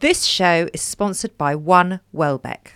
This show is sponsored by One Welbeck.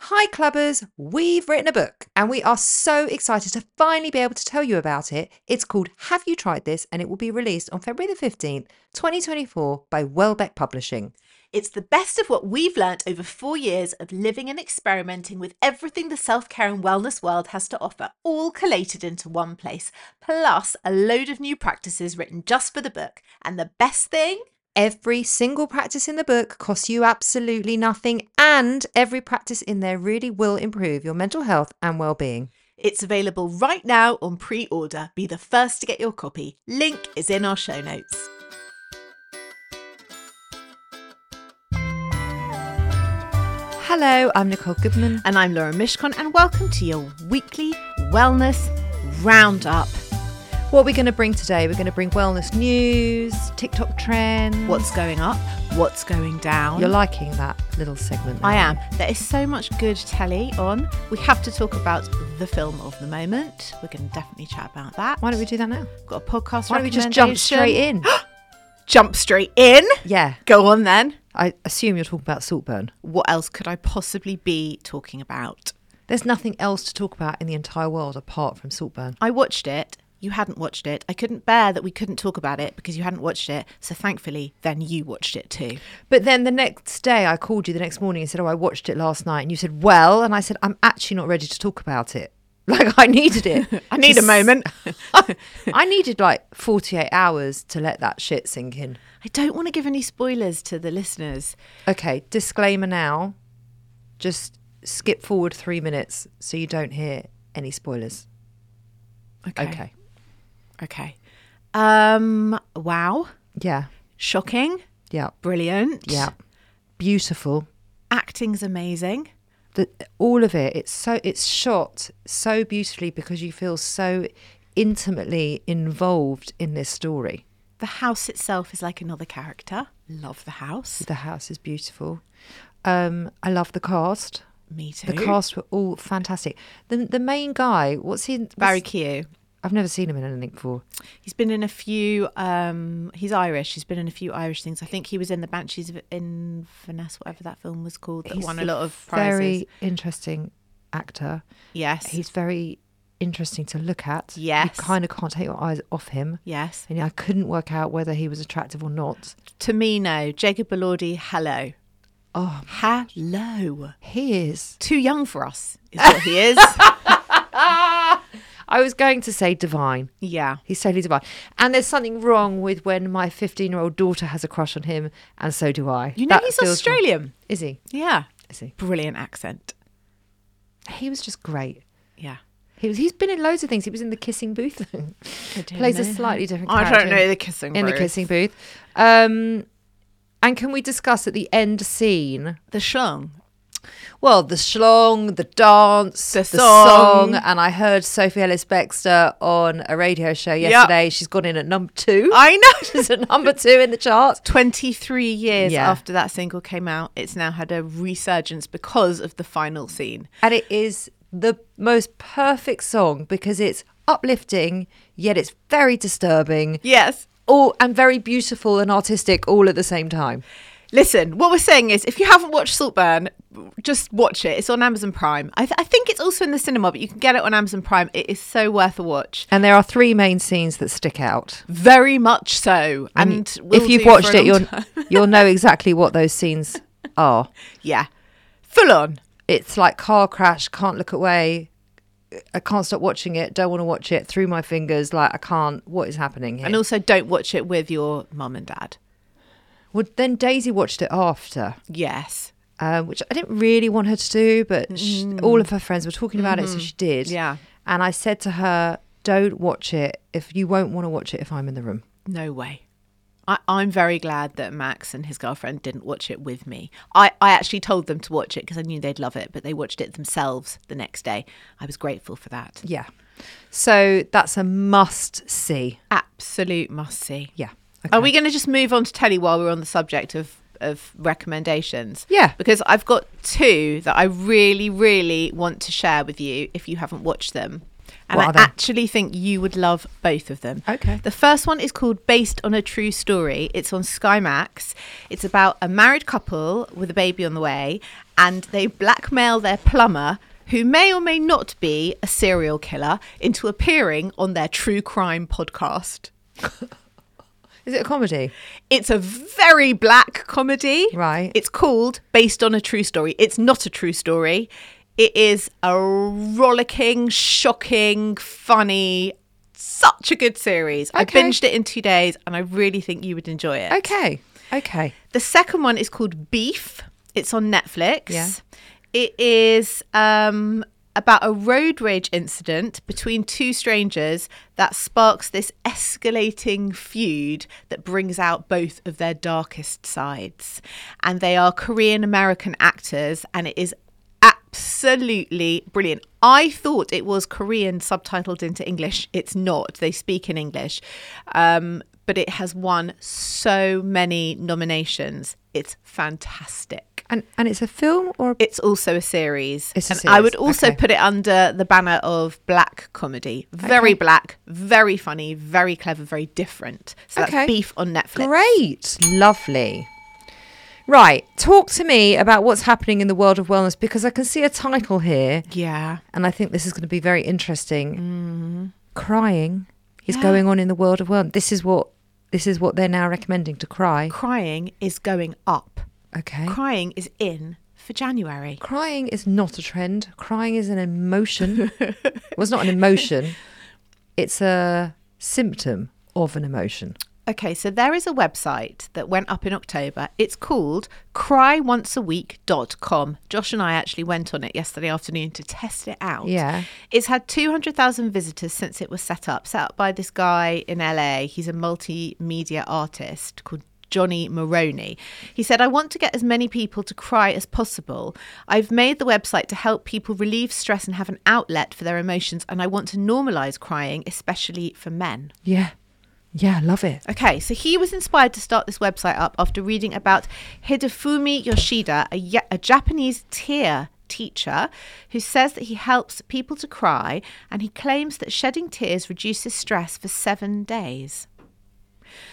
Hi, clubbers. We've written a book and we are so excited to finally be able to tell you about it. It's called Have You Tried This? and it will be released on February the 15th, 2024 by Welbeck Publishing. It's the best of what we've learnt over four years of living and experimenting with everything the self care and wellness world has to offer, all collated into one place, plus a load of new practices written just for the book. And the best thing? Every single practice in the book costs you absolutely nothing, and every practice in there really will improve your mental health and well-being. It's available right now on pre order. Be the first to get your copy. Link is in our show notes. Hello, I'm Nicole Goodman. And I'm Laura Mishkon, and welcome to your weekly wellness roundup. What we're going to bring today, we're going to bring wellness news, TikTok trends. What's going up? What's going down? You're liking that little segment. I am. aren't There is so much good telly on. We have to talk about the film of the moment. We're going to definitely chat about that. you? Why don't we do that now? We've got a podcast. Why don't we just jump recommendation. straight in? Jump straight in. yeah. Go on then. I assume you're talking about Saltburn. What else could I possibly be talking about? There's nothing else to talk about in the entire world apart from Saltburn. I watched it. You hadn't watched it. I couldn't bear that we couldn't talk about it because you hadn't watched it. So thankfully, then you watched it too. But then the next day, I called you the next morning and said, Oh, I watched it last night. And you said, Well, and I said, I'm actually not ready to talk about it. Like, I needed it. I need to a moment. s- I needed like 48 hours to let that shit sink in. I don't want to give any spoilers to the listeners. Okay, disclaimer now. Just skip forward three minutes so you don't hear any spoilers. okay. Okay. Um. Wow. Yeah. Shocking. Yeah. Brilliant. Yeah. Beautiful. Acting's amazing. the all of it it's so it's shot so beautifully because you feel so intimately involved in this story The house itself is like another character. Love the house. the house is beautiful um i love the cast Me too. the cast were all fantastic the the main guy what's he what's- Barry Q. i've never seen him in anything before He's been in a few. Um, he's Irish. He's been in a few Irish things. I think he was in the Banshees of Inverness, whatever that film was called, that he's won a lot of prizes. very interesting actor yes. he's very interesting to look at Yes. you kind of can't take your eyes off him yes. and i couldn't work out whether he was attractive or not To me, no. Jacob Elordi. Hello. oh Hello. he is Too young for us is what he is. I was going to say divine. yeah. He's totally divine. And there's something wrong with when my 15 year old daughter has a crush on him, and so do I. You know That he's feels wrong. Australian. Is he? Yeah. Is he? Brilliant accent. He was just great. Yeah. He was, he's been in loads of things. He was in the kissing booth. don't Plays a know slightly different I don't character. know The Kissing in Booth. the kissing booth. Um, and can we discuss at the end scene? The Shung. Well, the schlong, the dance, The song. and I heard Sophie Ellis Bextor on a radio show yesterday. She's gone in at number two. I know. She's at number two in the charts. 23 years Yeah. after that single came out, it's now had a resurgence because of the final scene. And it is the most perfect song because it's uplifting, yet it's very disturbing, Yes. all and very beautiful and artistic all at the same time. Listen, what we're saying is if you haven't watched Saltburn, just watch it. It's on Amazon Prime. I, th- I think it's also in the cinema, but you can get it on Amazon Prime. It is so worth a watch. And there are three main scenes that stick out. Very much so. And will if you've do for a watched it, long you'll time. you'll know exactly what those scenes are. yeah, full on. It's like car crash, can't look away. I can't stop watching it. Don't want to watch it. Through my fingers, like I can't. What is happening here? And also, don't watch it with your mum and dad. well, then Daisy watched it after, Yes. um, which I didn't really want her to do, but sh all of her friends were talking about it, so she did. Yeah. And I said to her, "Don't watch it if you won't want to watch it if I'm in the room." No way. I, I'm very glad that Max and his girlfriend didn't watch it with me. I, I actually told them to watch it because I knew they'd love it, but they watched it themselves the next day. I was grateful for that. Yeah. So that's a must see. Absolute must see. Yeah. Are we going to just move on to telly while we're on the subject of, of recommendations? Yeah. Because I've got two that I really, really want to share with you if you haven't watched them. And What I are they? actually think you would love both of them. Okay. The first one is called Based on a True Story. It's on Sky Max. It's about a married couple with a baby on the way, and they blackmail their plumber, who may or may not be a serial killer, into appearing on their true crime podcast. Is it a comedy? It's a very black comedy. Right. It's called Based on a True Story. It's not a true story. It is a rollicking, shocking, funny, such a good series. Okay. I binged it in two days and I really think you would enjoy it. Okay. Okay. The second one is called Beef. It's on Netflix. Yeah. It is um, about a road rage incident between two strangers that sparks this escalating feud that brings out both of their darkest sides. And they are Korean American actors, and it is absolutely brilliant. I thought it was Korean subtitled into English. It's not. They speak in English. Um, but it has won so many nominations. It's fantastic. And and it's a film or a It's also a series. It's a and I would series, also okay. put it under the banner of black comedy. Very Okay. black, very funny, very clever, very different. So Okay. that's Beef on Netflix. Great. Lovely. Right. Talk to me about what's happening in the world of wellness because I can see a title here Yeah. and I think this is going to be very interesting. Crying is going on in the world of wellness. This is what this is what they're now recommending to cry. Crying is going up. Okay. Crying is in for January. Crying is not a trend. Crying is an emotion. well, it's not an emotion. It's a symptom of an emotion. Okay, so there is a website that went up in October. It's called cryoncea.week.com. Josh and I actually went on it yesterday afternoon to test it out. Yeah. It's had 200,000 visitors since it was set up, set up by this guy in LA. He's a multimedia artist called Johnny Maroney. He said, I want to get as many people to cry as possible. I've made the website to help people relieve stress and have an outlet for their emotions, and I want to normalize crying, especially for men. Yeah. Yeah, I love it. Okay, so he was inspired to start this website up after reading about Hidefumi Yoshida, a, Ya- a Japanese tear teacher who says that he helps people to cry and he claims that shedding tears reduces stress for seven days.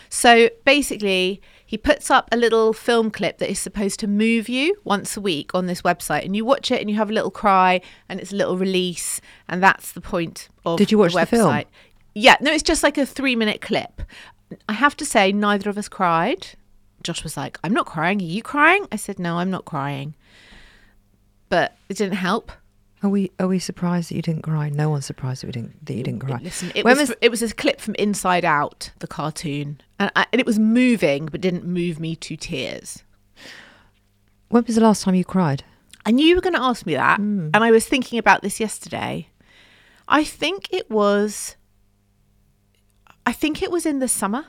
So basically, he puts up a little film clip that is supposed to move you once a week on this website, and you watch it and you have a little cry and it's a little release, and that's the point of Did you watch the website. film? Yeah, no, it's just like a three minute clip. I have to say, neither of us cried. Josh was like, I'm not crying. Are you crying? I said, No, I'm not crying. But it didn't help. Are we are we surprised that you didn't cry? No one's surprised that we didn't that you didn't cry. Listen, it When was, it was a clip from Inside Out, the cartoon, and, I, and it was moving, but didn't move me to tears. when was the last time you cried? I knew you were going to ask me that, Mm. and I was thinking about this yesterday. I think it was, I think it was in the summer.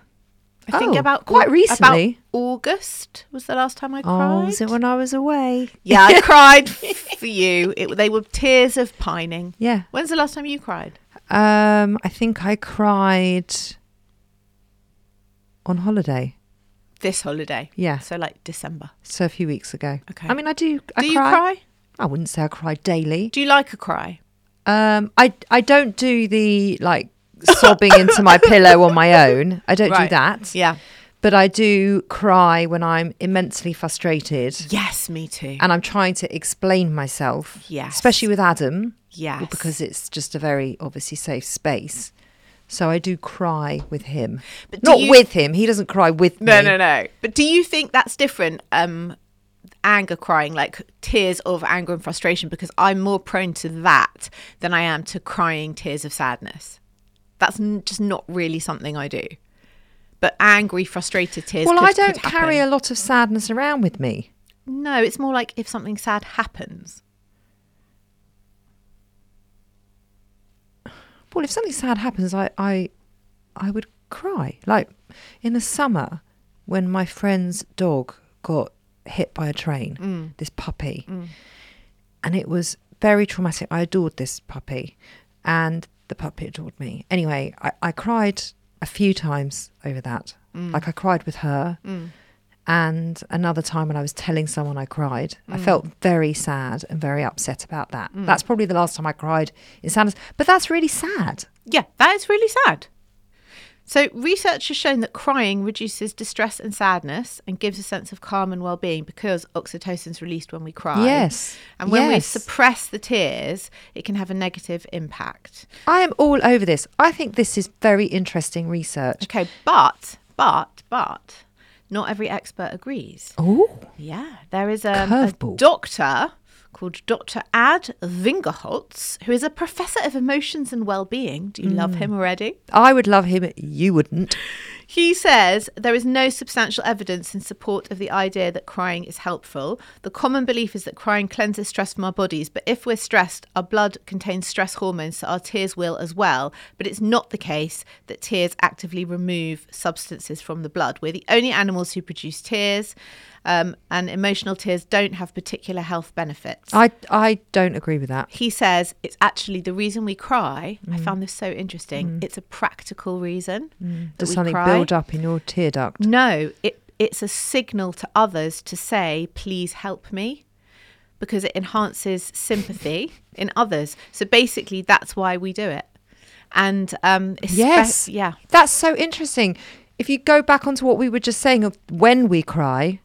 I think Oh, about quite Au- recently. About August was the last time I Oh, cried. was it when I was away? yeah, I cried f- for you. It, they were tears of pining. Yeah. When's the last time you cried? Um, I think I cried on holiday. This holiday. Yeah. So like December. So a few weeks ago. Okay. I mean, I do. I Do you cry? I wouldn't say I cry daily. Do you like a cry? Um, I I don't do the like sobbing into my pillow on my own. I don't do that. Yeah. but I do cry when I'm immensely frustrated Yes, me too. and I'm trying to explain myself. Yes. Especially with Adam. Yes. Because it's just a very obviously safe space. So I do cry with him. But do Not you- with him. He doesn't cry with No, me. no, no. But do you think that's different? Um, anger crying, like tears of anger and frustration, because I'm more prone to that than I am to crying tears of sadness. That's n- just not really something I do. But angry, frustrated tears. Well, could- I don't could carry a happen. lot of sadness around with me. No, it's more like if something sad happens. Well, if something sad happens, I, I, I would cry. Like in the summer, when my friend's dog got hit by a train, Mm. this puppy, and it was very traumatic. I adored this puppy, and the puppy adored me. Anyway, I, I cried a few times over that. Mm. Like I cried with her. And another time when I was telling someone I cried, Mm. I felt very sad and very upset about that. That's probably the last time I cried in sadness. But that's really sad. Yeah, that is really sad. So, research has shown that crying reduces distress and sadness and gives a sense of calm and well being because oxytocin is released when we cry. Yes, And when we yes. suppress the tears, it can have a negative impact. I am all over this. I think this is very interesting research. Okay, but, but, but, not every expert agrees. Oh, Yeah, there is um, a Curveball. doctor called Dr. Ad Wingerholtz, who is a professor of emotions and well being. Do you love Mm. him already? I would love him. You wouldn't. He says there is no substantial evidence in support of the idea that crying is helpful. The common belief is that crying cleanses stress from our bodies, but if we're stressed, our blood contains stress hormones, so our tears will as well. But it's not the case that tears actively remove substances from the blood. We're the only animals who produce tears, um, and emotional tears don't have particular health benefits I I don't agree with that. he says it's actually the reason we cry. Mm. I found this so interesting. It's a practical reason. that Mm. Does we something cry. build up in your tear duct? No, it it's a signal to others to say, "Please help me," because it enhances sympathy in others. So basically, that's why we do it. And um, espe- Yes. yeah, That's so interesting. If you go back onto what we were just saying of when we cry,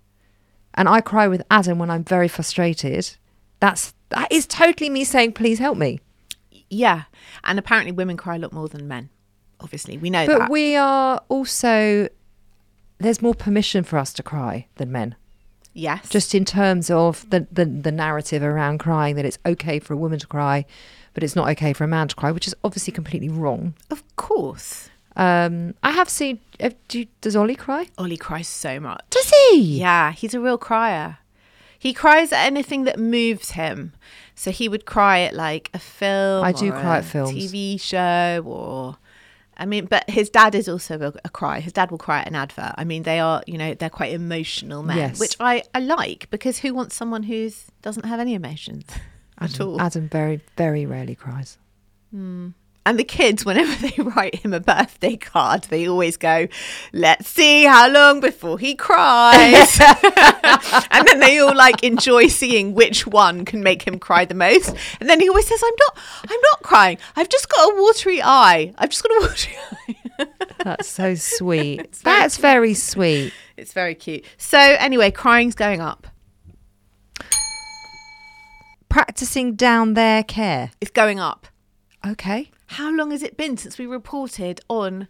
and I cry with Adam when I'm very frustrated, that's that is totally me saying, please help me. yeah. And apparently, women cry a lot more than men. Obviously, we know But that. we are also there's more permission for us to cry than men. yes, Just in terms of the, the, the narrative around crying that it's okay for a woman to cry, but it's not okay for a man to cry, which is obviously completely wrong. of course. Um, I have seen. Uh, do, does Ollie cry? Ollie cries so much. Does he? Yeah, he's a real crier. He cries at anything that moves him. So he would cry at like a film. I do or cry a at films. TV show or. I mean, but his dad is also a, a cry. His dad will cry at an advert. I mean, they are, you know, they're quite emotional men, Yes. which I, I like because who wants someone who's doesn't have any emotions at all? Adam very, very rarely cries. And the kids, whenever they write him a birthday card, they always go, let's see how long before he cries. and then they all like enjoy seeing which one can make him cry the most. And then he always says, I'm not, I'm not crying. I've just got a watery eye. I've just got a watery eye. That's so sweet. That's very sweet. It's very cute. So anyway, crying's going up. Practicing down their care. It's going up. Okay. How long has it been since we reported on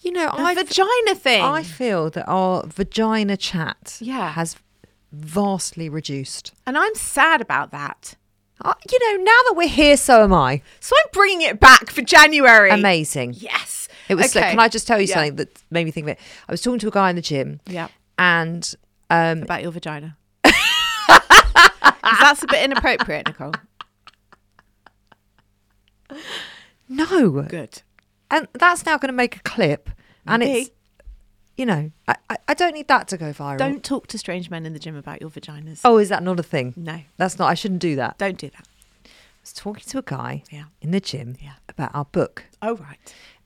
You know, the I vagina thing? I feel that our vagina chat Yeah. has vastly reduced. and I'm sad about that. Uh, you know, now that we're here, so am I. So I'm bringing it back for January. Amazing. Yes. It was. so- Okay. can I just tell you Yeah. something that made me think of it? I was talking to a guy in the gym. Yeah. And um, About your vagina. 'Cause that's a bit inappropriate, Nicole. no, Good. and that's now going to make a clip, and Maybe. it's, you know, I, I, I don't need that to go viral. Don't talk to strange men in the gym about your vaginas. Oh, is that not a thing? No. that's not. I shouldn't do that. I Don't do that. was talking to a guy Yeah. in the gym Yeah. about our book, Oh, right.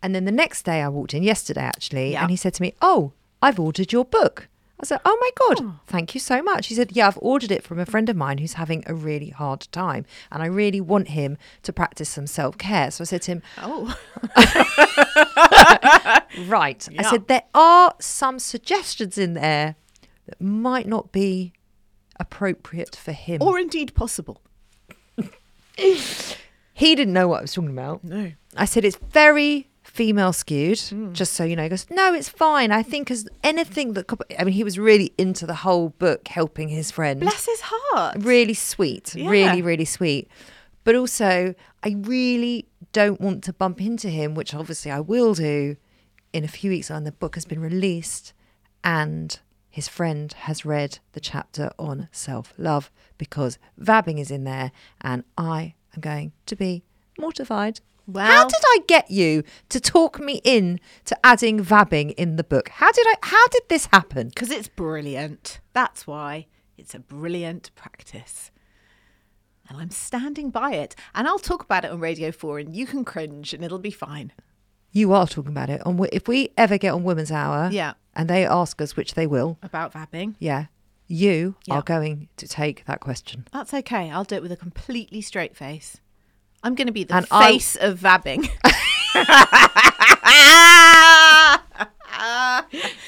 and then the next day I walked in yesterday actually, Yeah. and he said to me, "Oh, I've ordered your book." I said, "Oh my god, thank you so much." He said, "Yeah, I've ordered it from a friend of mine who's having a really hard time, and I really want him to practice some self care." So I said to him, Oh. Right. I Yeah. said there are some suggestions in there that might not be appropriate for him. Or indeed possible. he didn't know what I was talking about. No. I said it's very female skewed, just so you know. He goes, no, it's fine. I think as anything that, could- I mean, he was really into the whole book, helping his friend. Bless his heart. Really sweet. Really, really sweet. But also, I really don't want to bump into him, which obviously I will do in a few weeks when the book has been released and his friend has read the chapter on self love because vabbing is in there and I am going to be mortified. How Well- did I get you to talk me in to adding vabbing in the book? How did I how did this happen? Because it's brilliant. That's why it's a brilliant practice. And I'm standing by it. And I'll talk about it on Radio 4 and you can cringe and it'll be fine. You are talking about it on Wo- if we ever get on Women's Hour, Yeah. and they ask us, which they will, About vabbing. yeah, you Yeah. are going to take that question. That's okay. I'll do it with a completely straight face. I'm going to be the And I- face of vabbing.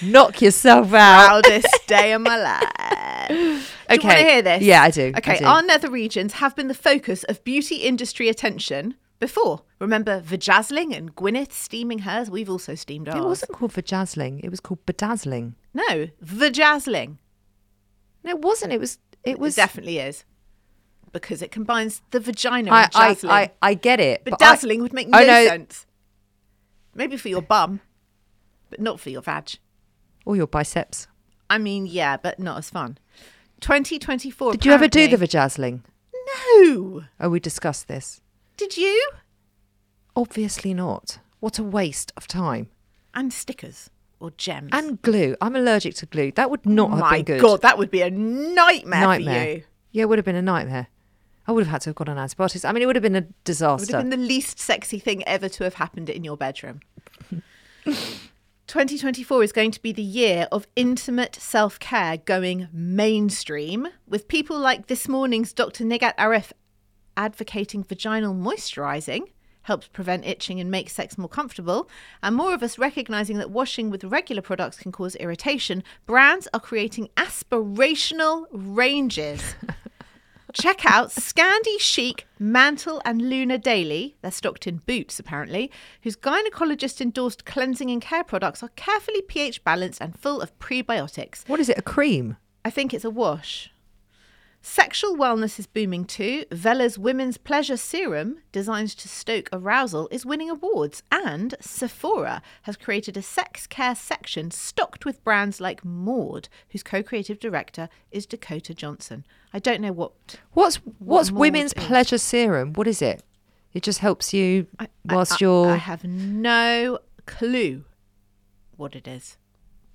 Knock yourself out. Proudest day of my life. Do you want to Okay. hear this? Yeah, I do. I Okay, do. our nether regions have been the focus of beauty industry attention before. Remember Vajazzling and Gwyneth steaming hers? We've also steamed ours. It wasn't called vajazzling. It was called bedazzling. No, Vajazzling. No, it wasn't. It was. It It was. definitely is because it combines the vagina I, and I, jazzling. I, I get it. but but I- Oh, dazzling would make no, I know- sense. Maybe for your bum, but not for your vag. Or your biceps. I mean, yeah, but not as fun. 2024. Did you ever do the vajazzling? apparently- No. Oh, we discussed this. Did you? Obviously not. What a waste of time. And stickers or gems. And glue. I'm allergic to glue. That would not have Oh my been good. god, that would be a nightmare, for you. Yeah, it would have been a nightmare. I would have had to have gone on antibiotics. I mean, it would have been a It would disaster. have been the least sexy thing ever to have happened in your bedroom. 2024 is going to be the year of intimate self care going mainstream, with people like this morning's Dr. Nigat Arif advocating vaginal moisturising helps prevent itching and make sex more comfortable, and more of us recognising that washing with regular products can cause irritation. Brands are creating aspirational ranges. Check out Scandi Chic Mantle and Luna Daily. They're stocked in Boots, apparently, whose gynecologist endorsed cleansing and care products are carefully pH balanced and full of prebiotics. what is it? A cream? I think it's a wash. Sexual wellness is booming too. Vella's Women's Pleasure Serum, designed to stoke arousal, is winning awards. And Sephora has created a sex care section stocked with brands like Maud, whose co creative director is Dakota Johnson. I don't know what What's what's more women's would it- pleasure serum? What is it? It just helps you I- I- whilst I- you're. I have no clue what it is.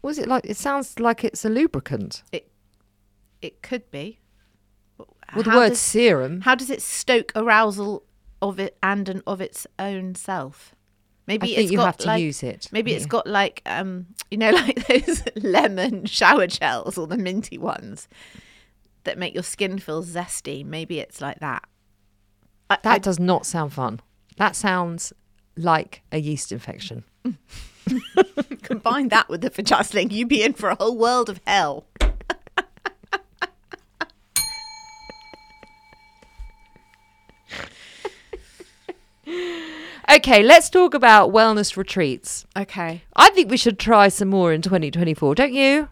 What is it like? It sounds like it's a lubricant. It it could be. Well, the How word does- serum. How does it stoke arousal of it and an of its own self? Maybe I think it's you got have to like- use it, Maybe don't it's you? got like um, you know, like those lemon shower gels or the minty ones that make your skin feel zesty. Maybe it's like that. I, that I- does not sound fun. That sounds like a yeast infection. Combine that with the vajazzling, you'd be in for a whole world of hell. Okay, let's talk about wellness retreats. Okay. I think we should try some more in 2024, don't you?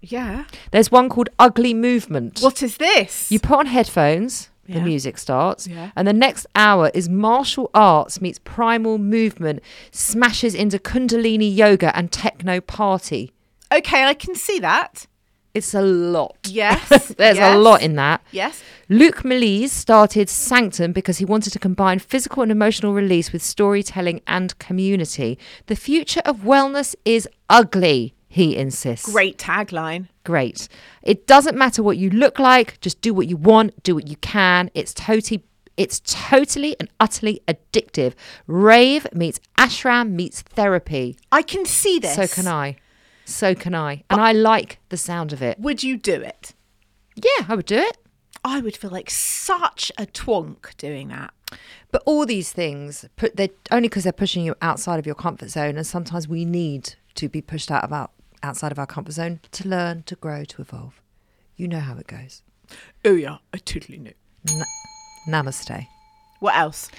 Yeah. There's one called Ugly Movement. What is this? You put on headphones, the Yeah. music starts, Yeah. and the next hour is martial arts meets primal movement, smashes into Kundalini yoga and techno party. okay, I can see that. It's a lot. Yes, There's a yes. lot in that. Yes. Luke Malise started Sanctum because he wanted to combine physical and emotional release with storytelling and community. The future of wellness is ugly, he insists. Great tagline. Great. It doesn't matter what you look like, just do what you want, do what you can. It's totally it's totally and utterly addictive. Rave meets ashram meets therapy. I can see this. So can I. So can I. And I like the sound of it. Would you do it? Yeah, I would do it. I would feel like such a twonk doing that. But all these things, put they're only because they're pushing you outside of your comfort zone, and sometimes we need to be pushed out of our outside of our comfort zone to learn, to grow, to evolve. You know how it goes. Oh yeah, I totally know. Na- Namaste. What else?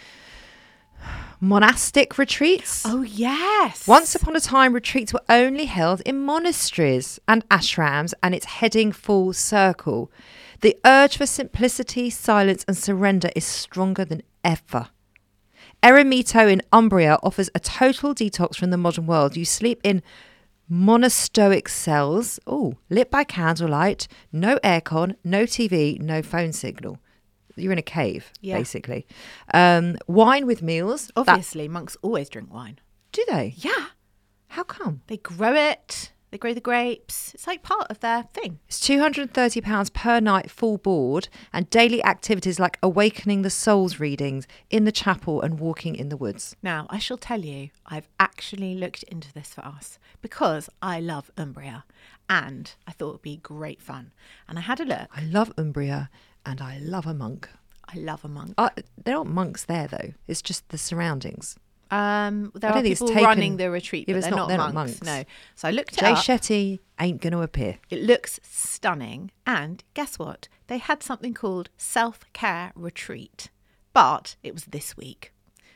Monastic retreats. Oh yes. Once upon a time, retreats were only held in monasteries and ashrams, and it's heading full circle. The urge for simplicity, silence, and surrender is stronger than ever. Eremito in Umbria offers a total detox from the modern world. You sleep in monastoic cells, oh, lit by candlelight, no aircon, no TV, no phone signal. You're in a cave, Yeah. basically. Um, wine with meals. that- obviously monks always drink wine. do they? Yeah. How come? They grow it. They grow the grapes. It's like part of their thing. It's £230 per night full board and daily activities like awakening the souls readings in the chapel and walking in the woods. Now, I shall tell you, I've actually looked into this for us because I love Umbria and I thought it would be great fun. And I had a look. I love Umbria and I love a monk. I love a monk. Uh, there aren't monks there though, it's just the surroundings. Um, there I don't are think it's people taken- running the retreat, Yeah, but it's they're not- not, they're not monks. monks. No. So I looked it Jay up. Shetty ain't going to appear. It looks stunning. And guess what? They had something called self care retreat, but it was this week.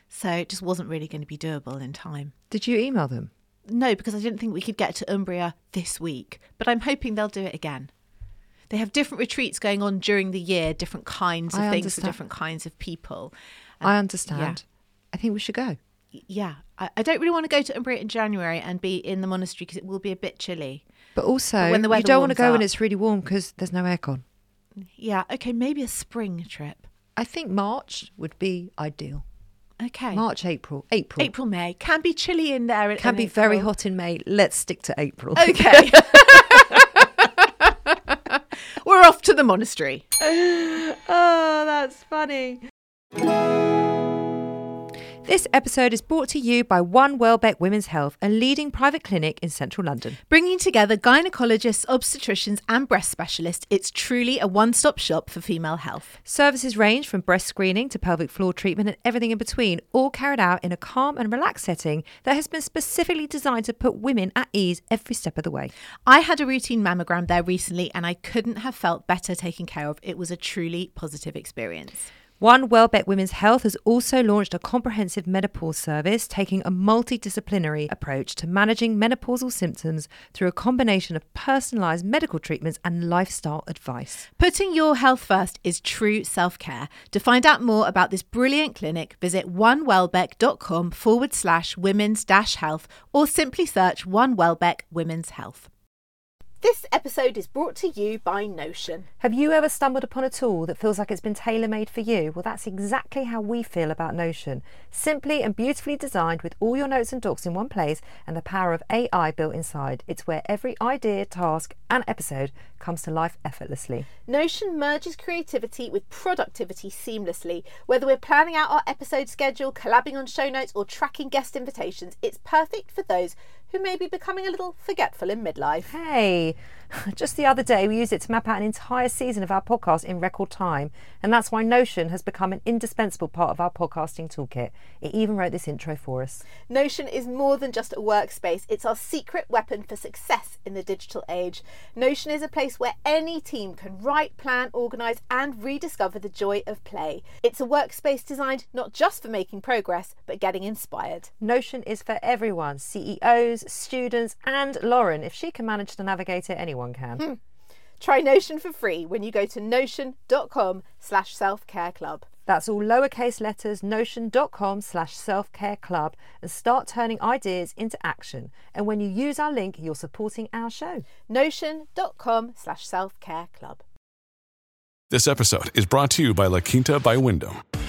So it just wasn't really going to be doable in time. Did you email them? No, because I didn't think we could get to Umbria this week, but I'm hoping they'll do it again. They have different retreats going on during the year, different kinds of I things understand. for different kinds of people. I understand. I think we should go. Y- Yeah, I, I don't really want to go to Umbria in January and be in the monastery because it will be a bit chilly. But also, But when the you weather don't want to warms go when up. it's really warm because there's no aircon. Yeah, okay, maybe a spring trip. I think March would be ideal. Okay. March, April. April. April, May. Can be chilly in there. in- Can in be very April. hot in May. Let's stick to April. Okay. We're off to the monastery. Oh, that's funny. This episode is brought to you by One Welbeck Women's Health, a leading private clinic in central London. Bringing together gynecologists, obstetricians, and breast specialists, it's truly a one stop shop for female health. Services range from breast screening to pelvic floor treatment and everything in between, all carried out in a calm and relaxed setting that has been specifically designed to put women at ease every step of the way. I had a routine mammogram there recently and I couldn't have felt better taken care of. It was a truly positive experience. One Welbeck Women's Health has also launched a comprehensive menopause service, taking a multidisciplinary approach to managing menopausal symptoms through a combination of personalised medical treatments and lifestyle advice. Putting your health first is true self care. To find out more about this brilliant clinic, visit onewelbeck.com forward slash women's dash health or simply search One Welbeck Women's Health. This episode is brought to you by Notion. Have you ever stumbled upon a tool that feels like it's been tailor made for you? Well, that's exactly how we feel about Notion. Simply and beautifully designed with all your notes and docs in one place and the power of AI built inside. It's where every idea, task, and episode comes to life effortlessly. Notion merges creativity with productivity seamlessly. Whether we're planning out our episode schedule, collabing on show notes, or tracking guest invitations, it's perfect for those who may be becoming a little forgetful in midlife. Hey, just the other day we used it to map out an entire season of our podcast in record time, and that's why Notion has become an indispensable part of our podcasting toolkit. It even wrote this intro for us. Notion is more than just a workspace, it's our secret weapon for success in the digital age. Notion is a place where any team can write, plan, organise, and rediscover the joy of play. It's a workspace designed not just for making progress, but getting inspired. Notion is for everyone CEOs, students, and Lauren. If she can manage to navigate it, anyone can. Try Notion for free when you go to notion.com slash self-care club. That's all lowercase letters, notion.com slash self care club, and start turning ideas into action. And when you use our link, you're supporting our show. notion.com slash self-care club. This episode is brought to you by La Quinta by Wyndham.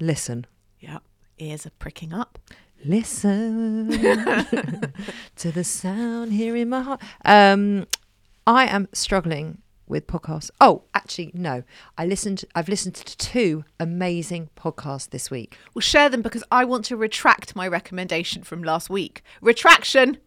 Listen. Yeah. Ears are pricking up. Listen to the sound here in my heart. Um, I am struggling with podcasts. Oh, actually, no. I listened. I've listened to two amazing podcasts this week. We'll share them because I want to retract my recommendation from last week. Retraction!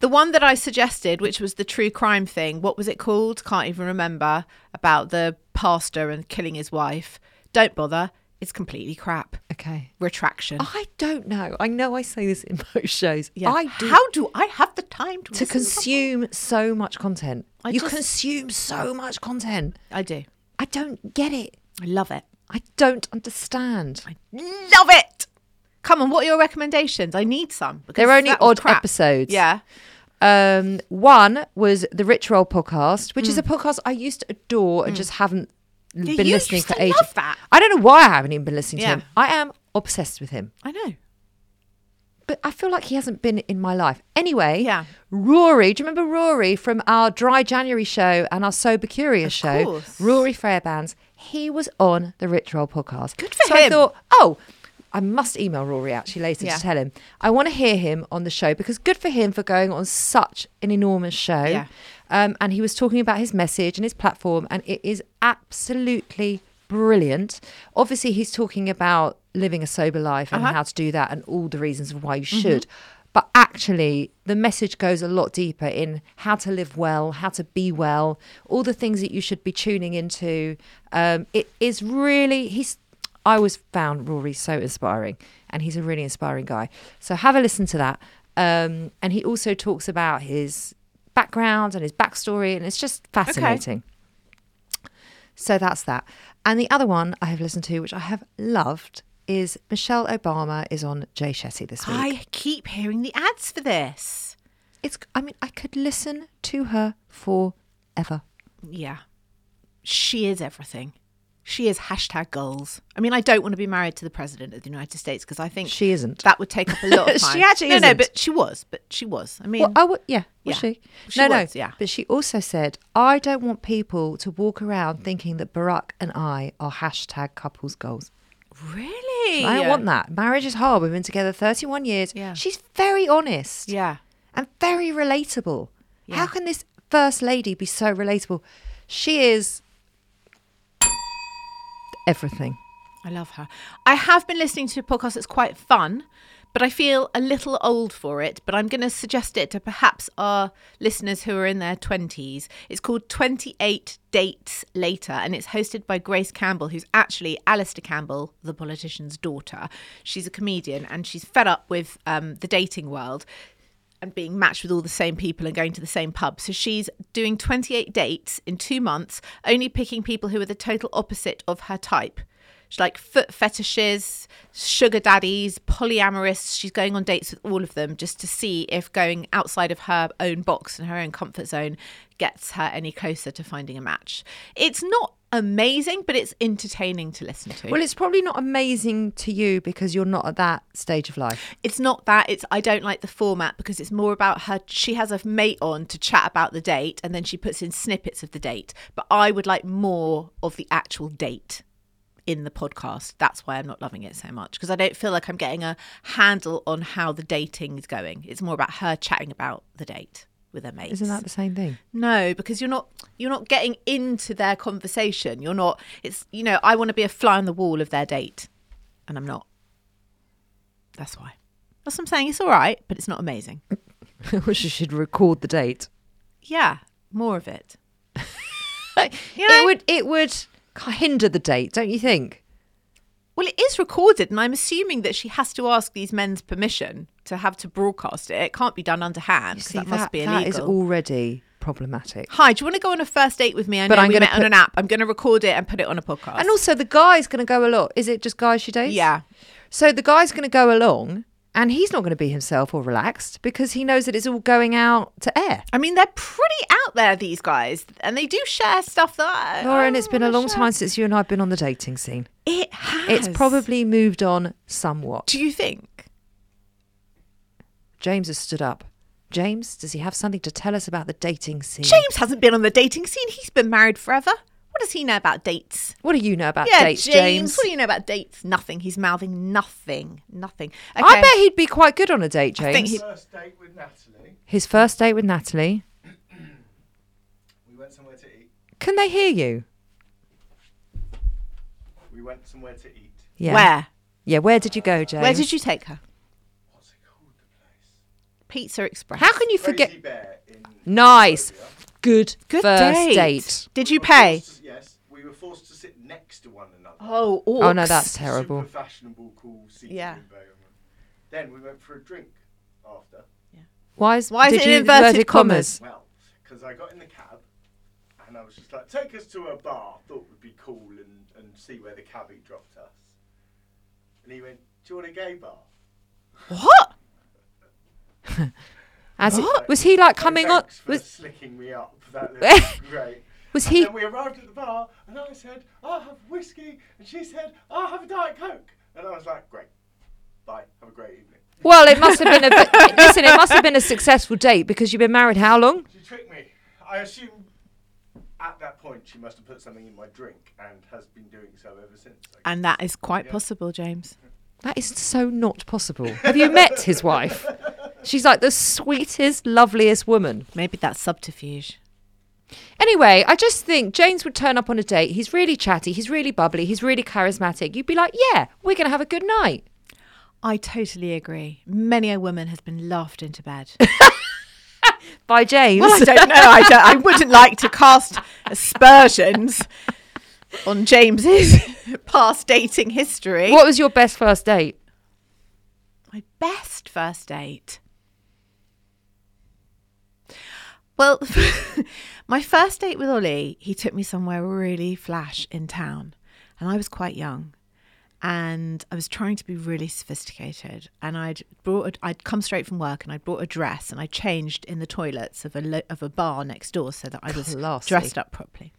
The one that I suggested, which was the true crime thing, what was it called? Can't even remember. About the pastor and killing his wife. Don't bother. It's completely crap. Okay. Retraction. I don't know. I know I say this in most shows. Yeah. Ah, I do How do I have the time to to, listen something? consume so much content. I you just- consume so much content. I do. I don't get it. I love it. I don't understand. Love it. Come on, what are your recommendations? I need some. because They're only that was odd crap. episodes. Yeah. Um, one was the Ritual podcast, which is a podcast I used to adore and just haven't l- Hmm. Yeah, been you listening used for to ages. love that. I don't know why I haven't even been listening Yeah. to him. I am obsessed with him, I know. but I feel like he hasn't been in my life. Anyway, Yeah. Rory, do you remember Rory from our Dry January show and our Sober Curious show? course. Rory Fairbands, he was on the Ritual podcast. Good for so I him. thought, oh. I must email Rory actually later Yeah. to tell him. I want to hear him on the show because good for him for going on such an enormous show. Yeah. Um, and he was talking about his message and his platform, and it is absolutely brilliant. Obviously, he's talking about living a sober life and how to do that and all the reasons of why you should. But actually, the message goes a lot deeper in how to live well, how to be well, all the things that you should be tuning into. Um, it is really, he's, I always found Rory so inspiring, and he's a really inspiring guy. So have a listen to that. Um, and he also talks about his background and his backstory, and it's just fascinating. So that's that. And the other one I have listened to, which I have loved, is Michelle Obama is on Jay Shetty this week. I keep hearing the ads for this. It's, I mean, I could listen to her forever. Yeah. She is everything. She is hashtag goals. I mean, I don't want to be married to the president of the United States because I think She isn't. That would take up a lot of She time. actually no, no, isn't. but she was. But she was. I mean, Well, oh, well, yeah, was yeah. she? She no, was, no, yeah. But she also said, "I don't want people to walk around thinking that Barack and I are hashtag couples goals. really, I don't want that. Marriage is hard. We've been together 31 years. Yeah. She's very honest Yeah, and very relatable. How can this first lady be so relatable? She is everything. I love her. I have been listening to a podcast that's quite fun, but I feel a little old for it. But I'm going to suggest it to perhaps our listeners who are in their 20s. It's called 28 Dates Later, and it's hosted by Grace Campbell, who's actually Alistair Campbell, the politician's daughter. She's a comedian and she's fed up with um, the dating world and being matched with all the same people and going to the same pub. So she's doing 28 dates in two months, only picking people who are the total opposite of her type. She's like foot fetishes, sugar daddies, polyamorous. She's going on dates with all of them just to see if going outside of her own box and her own comfort zone gets her any closer to finding a match. It's not amazing, but it's entertaining to listen to. Well, it's probably not amazing to you because you're not at that stage of life. It's not that. It's I don't like the format because it's more about her. She has a mate on to chat about the date, and then she puts in snippets of the date. But I would like more of the actual date in the podcast. That's why I'm not loving it so much because I don't feel like I'm getting a handle on how the dating is going. It's more about her chatting about the date with her mates. Isn't that the same thing? No, because you're not you're not getting into their conversation. You're not. It's you know I want to be a fly on the wall of their date, and I'm not. That's why. That's what I'm saying. It's all right, but it's not amazing. Or she should record the date. Yeah, more of it. It would it would hinder the date, don't you think? Well, it is recorded, and I'm assuming that she has to ask these men's permission to have to broadcast it. It can't be done underhand. 'cause that, must be illegal. That is already problematic. Hi, do you want to go on a first date with me? I But know I'm we gonna met on put- an app. I'm going to record it and put it on a podcast. And also, the guy's going to go along. Is it just guys she dates? yeah, So the guy's going to go along, and he's not going to be himself or relaxed because he knows that it's all going out to air. I mean, they're pretty out there, these guys, and they do share stuff that. I- Lauren, I it's been a wanna long share. time since you and I've been on the dating scene. Oh, It has. It's probably moved on somewhat. Do you think? James has stood up. James, does he have something to tell us about the dating scene? James hasn't been on the dating scene. He's been married forever. What does he know about dates? What do you know about yeah, dates, James. James? What do you know about dates? Nothing. He's mouthing nothing. Nothing. Okay. I bet he'd be quite good on a date, James. I think he- First date with Natalie. His first date with Natalie. We went somewhere to eat. Can they hear you? We went somewhere to eat. Yeah. Where? Yeah, where did you go, James? Where did you take her? What's it called? The place. Pizza Express. How can you Crazy forget? Bear in. Nice. Good, Good first date. date. Did you pay? Yes, we were forced to sit next to one another. Oh, Oh no, orcs. that's terrible. Super fashionable, cool seating Yeah. environment. Then we went for a drink after. Why is, Why is did it you in inverted commas? Well, because I got in the cab and I was just like, take us to a bar. Thought would be cool and, and see where the cabbie dropped us. And he went, do you want a gay bar? What? As it- was he like So coming on? thanks for Was, slicking me up. That was great. Was And he- Then we arrived at the bar, and I said, "I'll have whiskey," and she said, "I'll have a diet coke." And I was like, "Great, bye. Have a great evening." well, it must have been a listen. It must have been a successful date because you've been married how long? She tricked me. I assume at that point she must have put something in my drink and has been doing so ever since. I And that is quite possible, James. That is so not possible. Have you met his wife? She's like the sweetest, loveliest woman. Maybe that's subterfuge. Anyway, I just think James would turn up on a date. He's really chatty. He's really bubbly. He's really charismatic. You'd be like, yeah, we're gonna have a good night. I totally agree. Many a woman has been laughed into bed. By James. Well, I don't know. I, don't, I wouldn't like to cast aspersions on James's past dating history. what was your best first date? My best first date. Well, my first date with Ollie, he took me somewhere really flash in town, and I was quite young. And I was trying to be really sophisticated, and I'd brought. A, I'd come straight from work, and I'd brought a dress, and I changed in the toilets of a lo- of a bar next door, so that I was Classy. dressed up properly.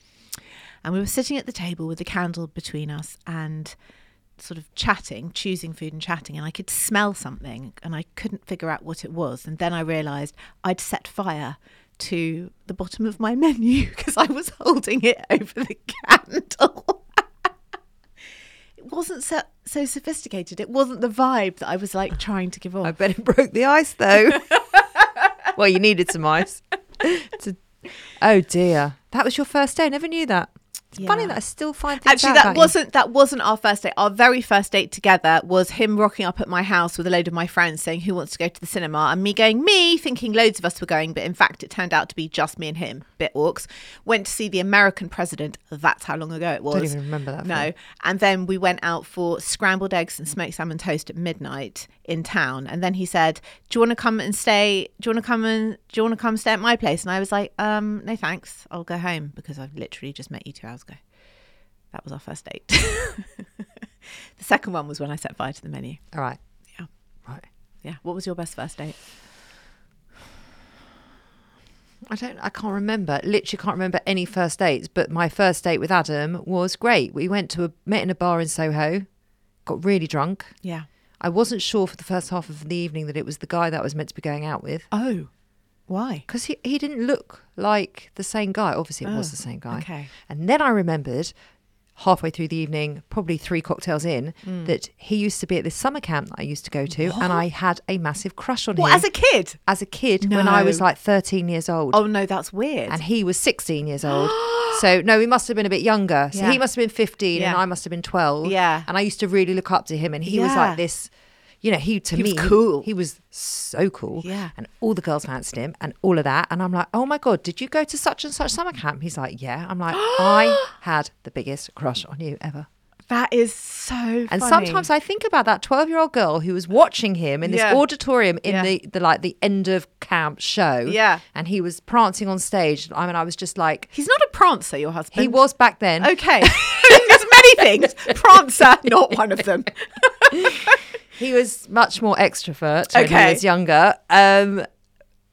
And we were sitting at the table with a candle between us, and sort of chatting, choosing food and chatting, and I could smell something and I couldn't figure out what it was. And then I realized I'd set fire to the bottom of my menu because I was holding it over the candle. it wasn't so, so sophisticated. It wasn't the vibe that I was like trying to give off. bet it broke the ice though. well, you needed some ice. To- oh dear, that was your first day. I never knew that. It's funny Yeah. that I still find things Actually, out that about you. wasn't that wasn't our first date. Our very first date together was him rocking up at my house with a load of my friends saying, "Who wants to go to the cinema?" and me going, "Me," thinking loads of us were going, but in fact, it turned out to be just me and him. Bit orcs went to see the American president. That's how long ago it was. even remember that No, film. and then we went out for scrambled eggs and smoked salmon toast at midnight in town. And then he said, "Do you want to come and stay? Do you want to come and do you want to come stay at my place?" And I was like, "Um, no, thanks. I'll go home because I've literally just met you two hours ago." That was our first date. the second one was when I set fire to the menu. All right. Yeah. Right. Yeah. What was your best first date? I don't. I can't remember. Literally, can't remember any first dates. But my first date with Adam was great. We went to a met in a bar in Soho, got really drunk. Yeah. I wasn't sure for the first half of the evening that it was the guy that I was meant to be going out with Oh, why? because he, he didn't look like the same guy. Obviously, it was the same guy. Oh, okay. And then I remembered halfway through the evening, probably three cocktails in, Hmm. that he used to be at this summer camp that I used to go to, and I had a massive crush on Well, him as a kid. as a kid when I was No. like 13 years old. Oh no, that's weird. And he was 16 years old. so, no, he must have been a bit younger. So, Yeah. he must have been 15 and Yeah. I must have been 12. Yeah. And I used to really look up to him. And he was Yeah. like this, you know, he to He was me, cool. He was so cool. Yeah. And all the girls fancied him and all of that. And I'm like, oh my God, did you go to such and such summer camp? He's like, yeah. I'm like, I had the biggest crush on you ever. that is so. And sometimes I think about that 12 year old girl who was watching him in this Yeah. auditorium in Yeah. the, the like the end of camp show. Yeah. And he was prancing on stage. I mean, I was just like, he's not a prancer. Your husband. he was back then. Okay. There's many things. Prancer, not one of them. He was much more extrovert when Okay. he was younger. Um,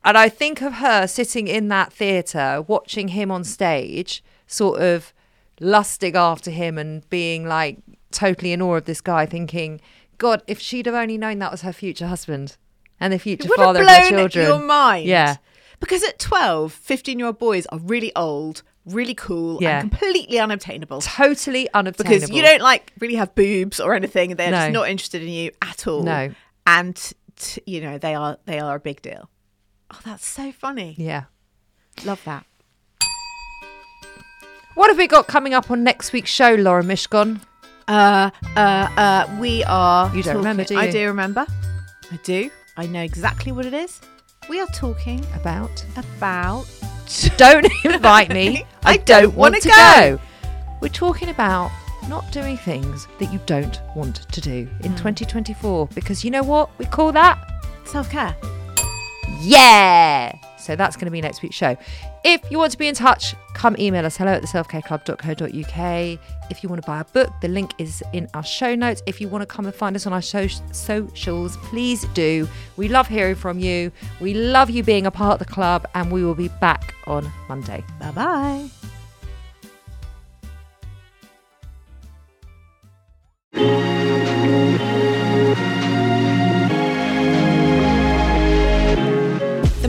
and I think of her sitting in that theatre, watching him on stage, sort of lusting after him and being like totally in awe of this guy, thinking, God, if she'd have only known that was her future husband and the future Would have father of her blown children. your mind. Yeah. Because at 12, 15 year old boys are really old, really cool, Yeah. and completely unobtainable. Totally unobtainable. Because you don't like really have boobs or anything. They're just No. not interested in you at all. No. And t- t- you know, they are they are a big deal. Oh, that's so funny. Yeah. Love that. What have we got coming up on next week's show, Laura Mishgon? Uh, uh, uh, we are. You don't talking- remember, do I you? do remember. I do. I know exactly what it is. We are talking About. about. Don't invite me. I, don't, want wanna to go. We're talking about not doing things that you don't want to do in 2024 because you know what? We call that Self care. Yeah. So that's going to be next week's show. If you want to be in touch, come email us hello at theselfcareclub.co.uk. If you want to buy a book, the link is in our show notes. If you want to come and find us on our so- socials, please do. We love hearing from you. We love you being a part of the club, and we will be back on Monday. Bye bye. The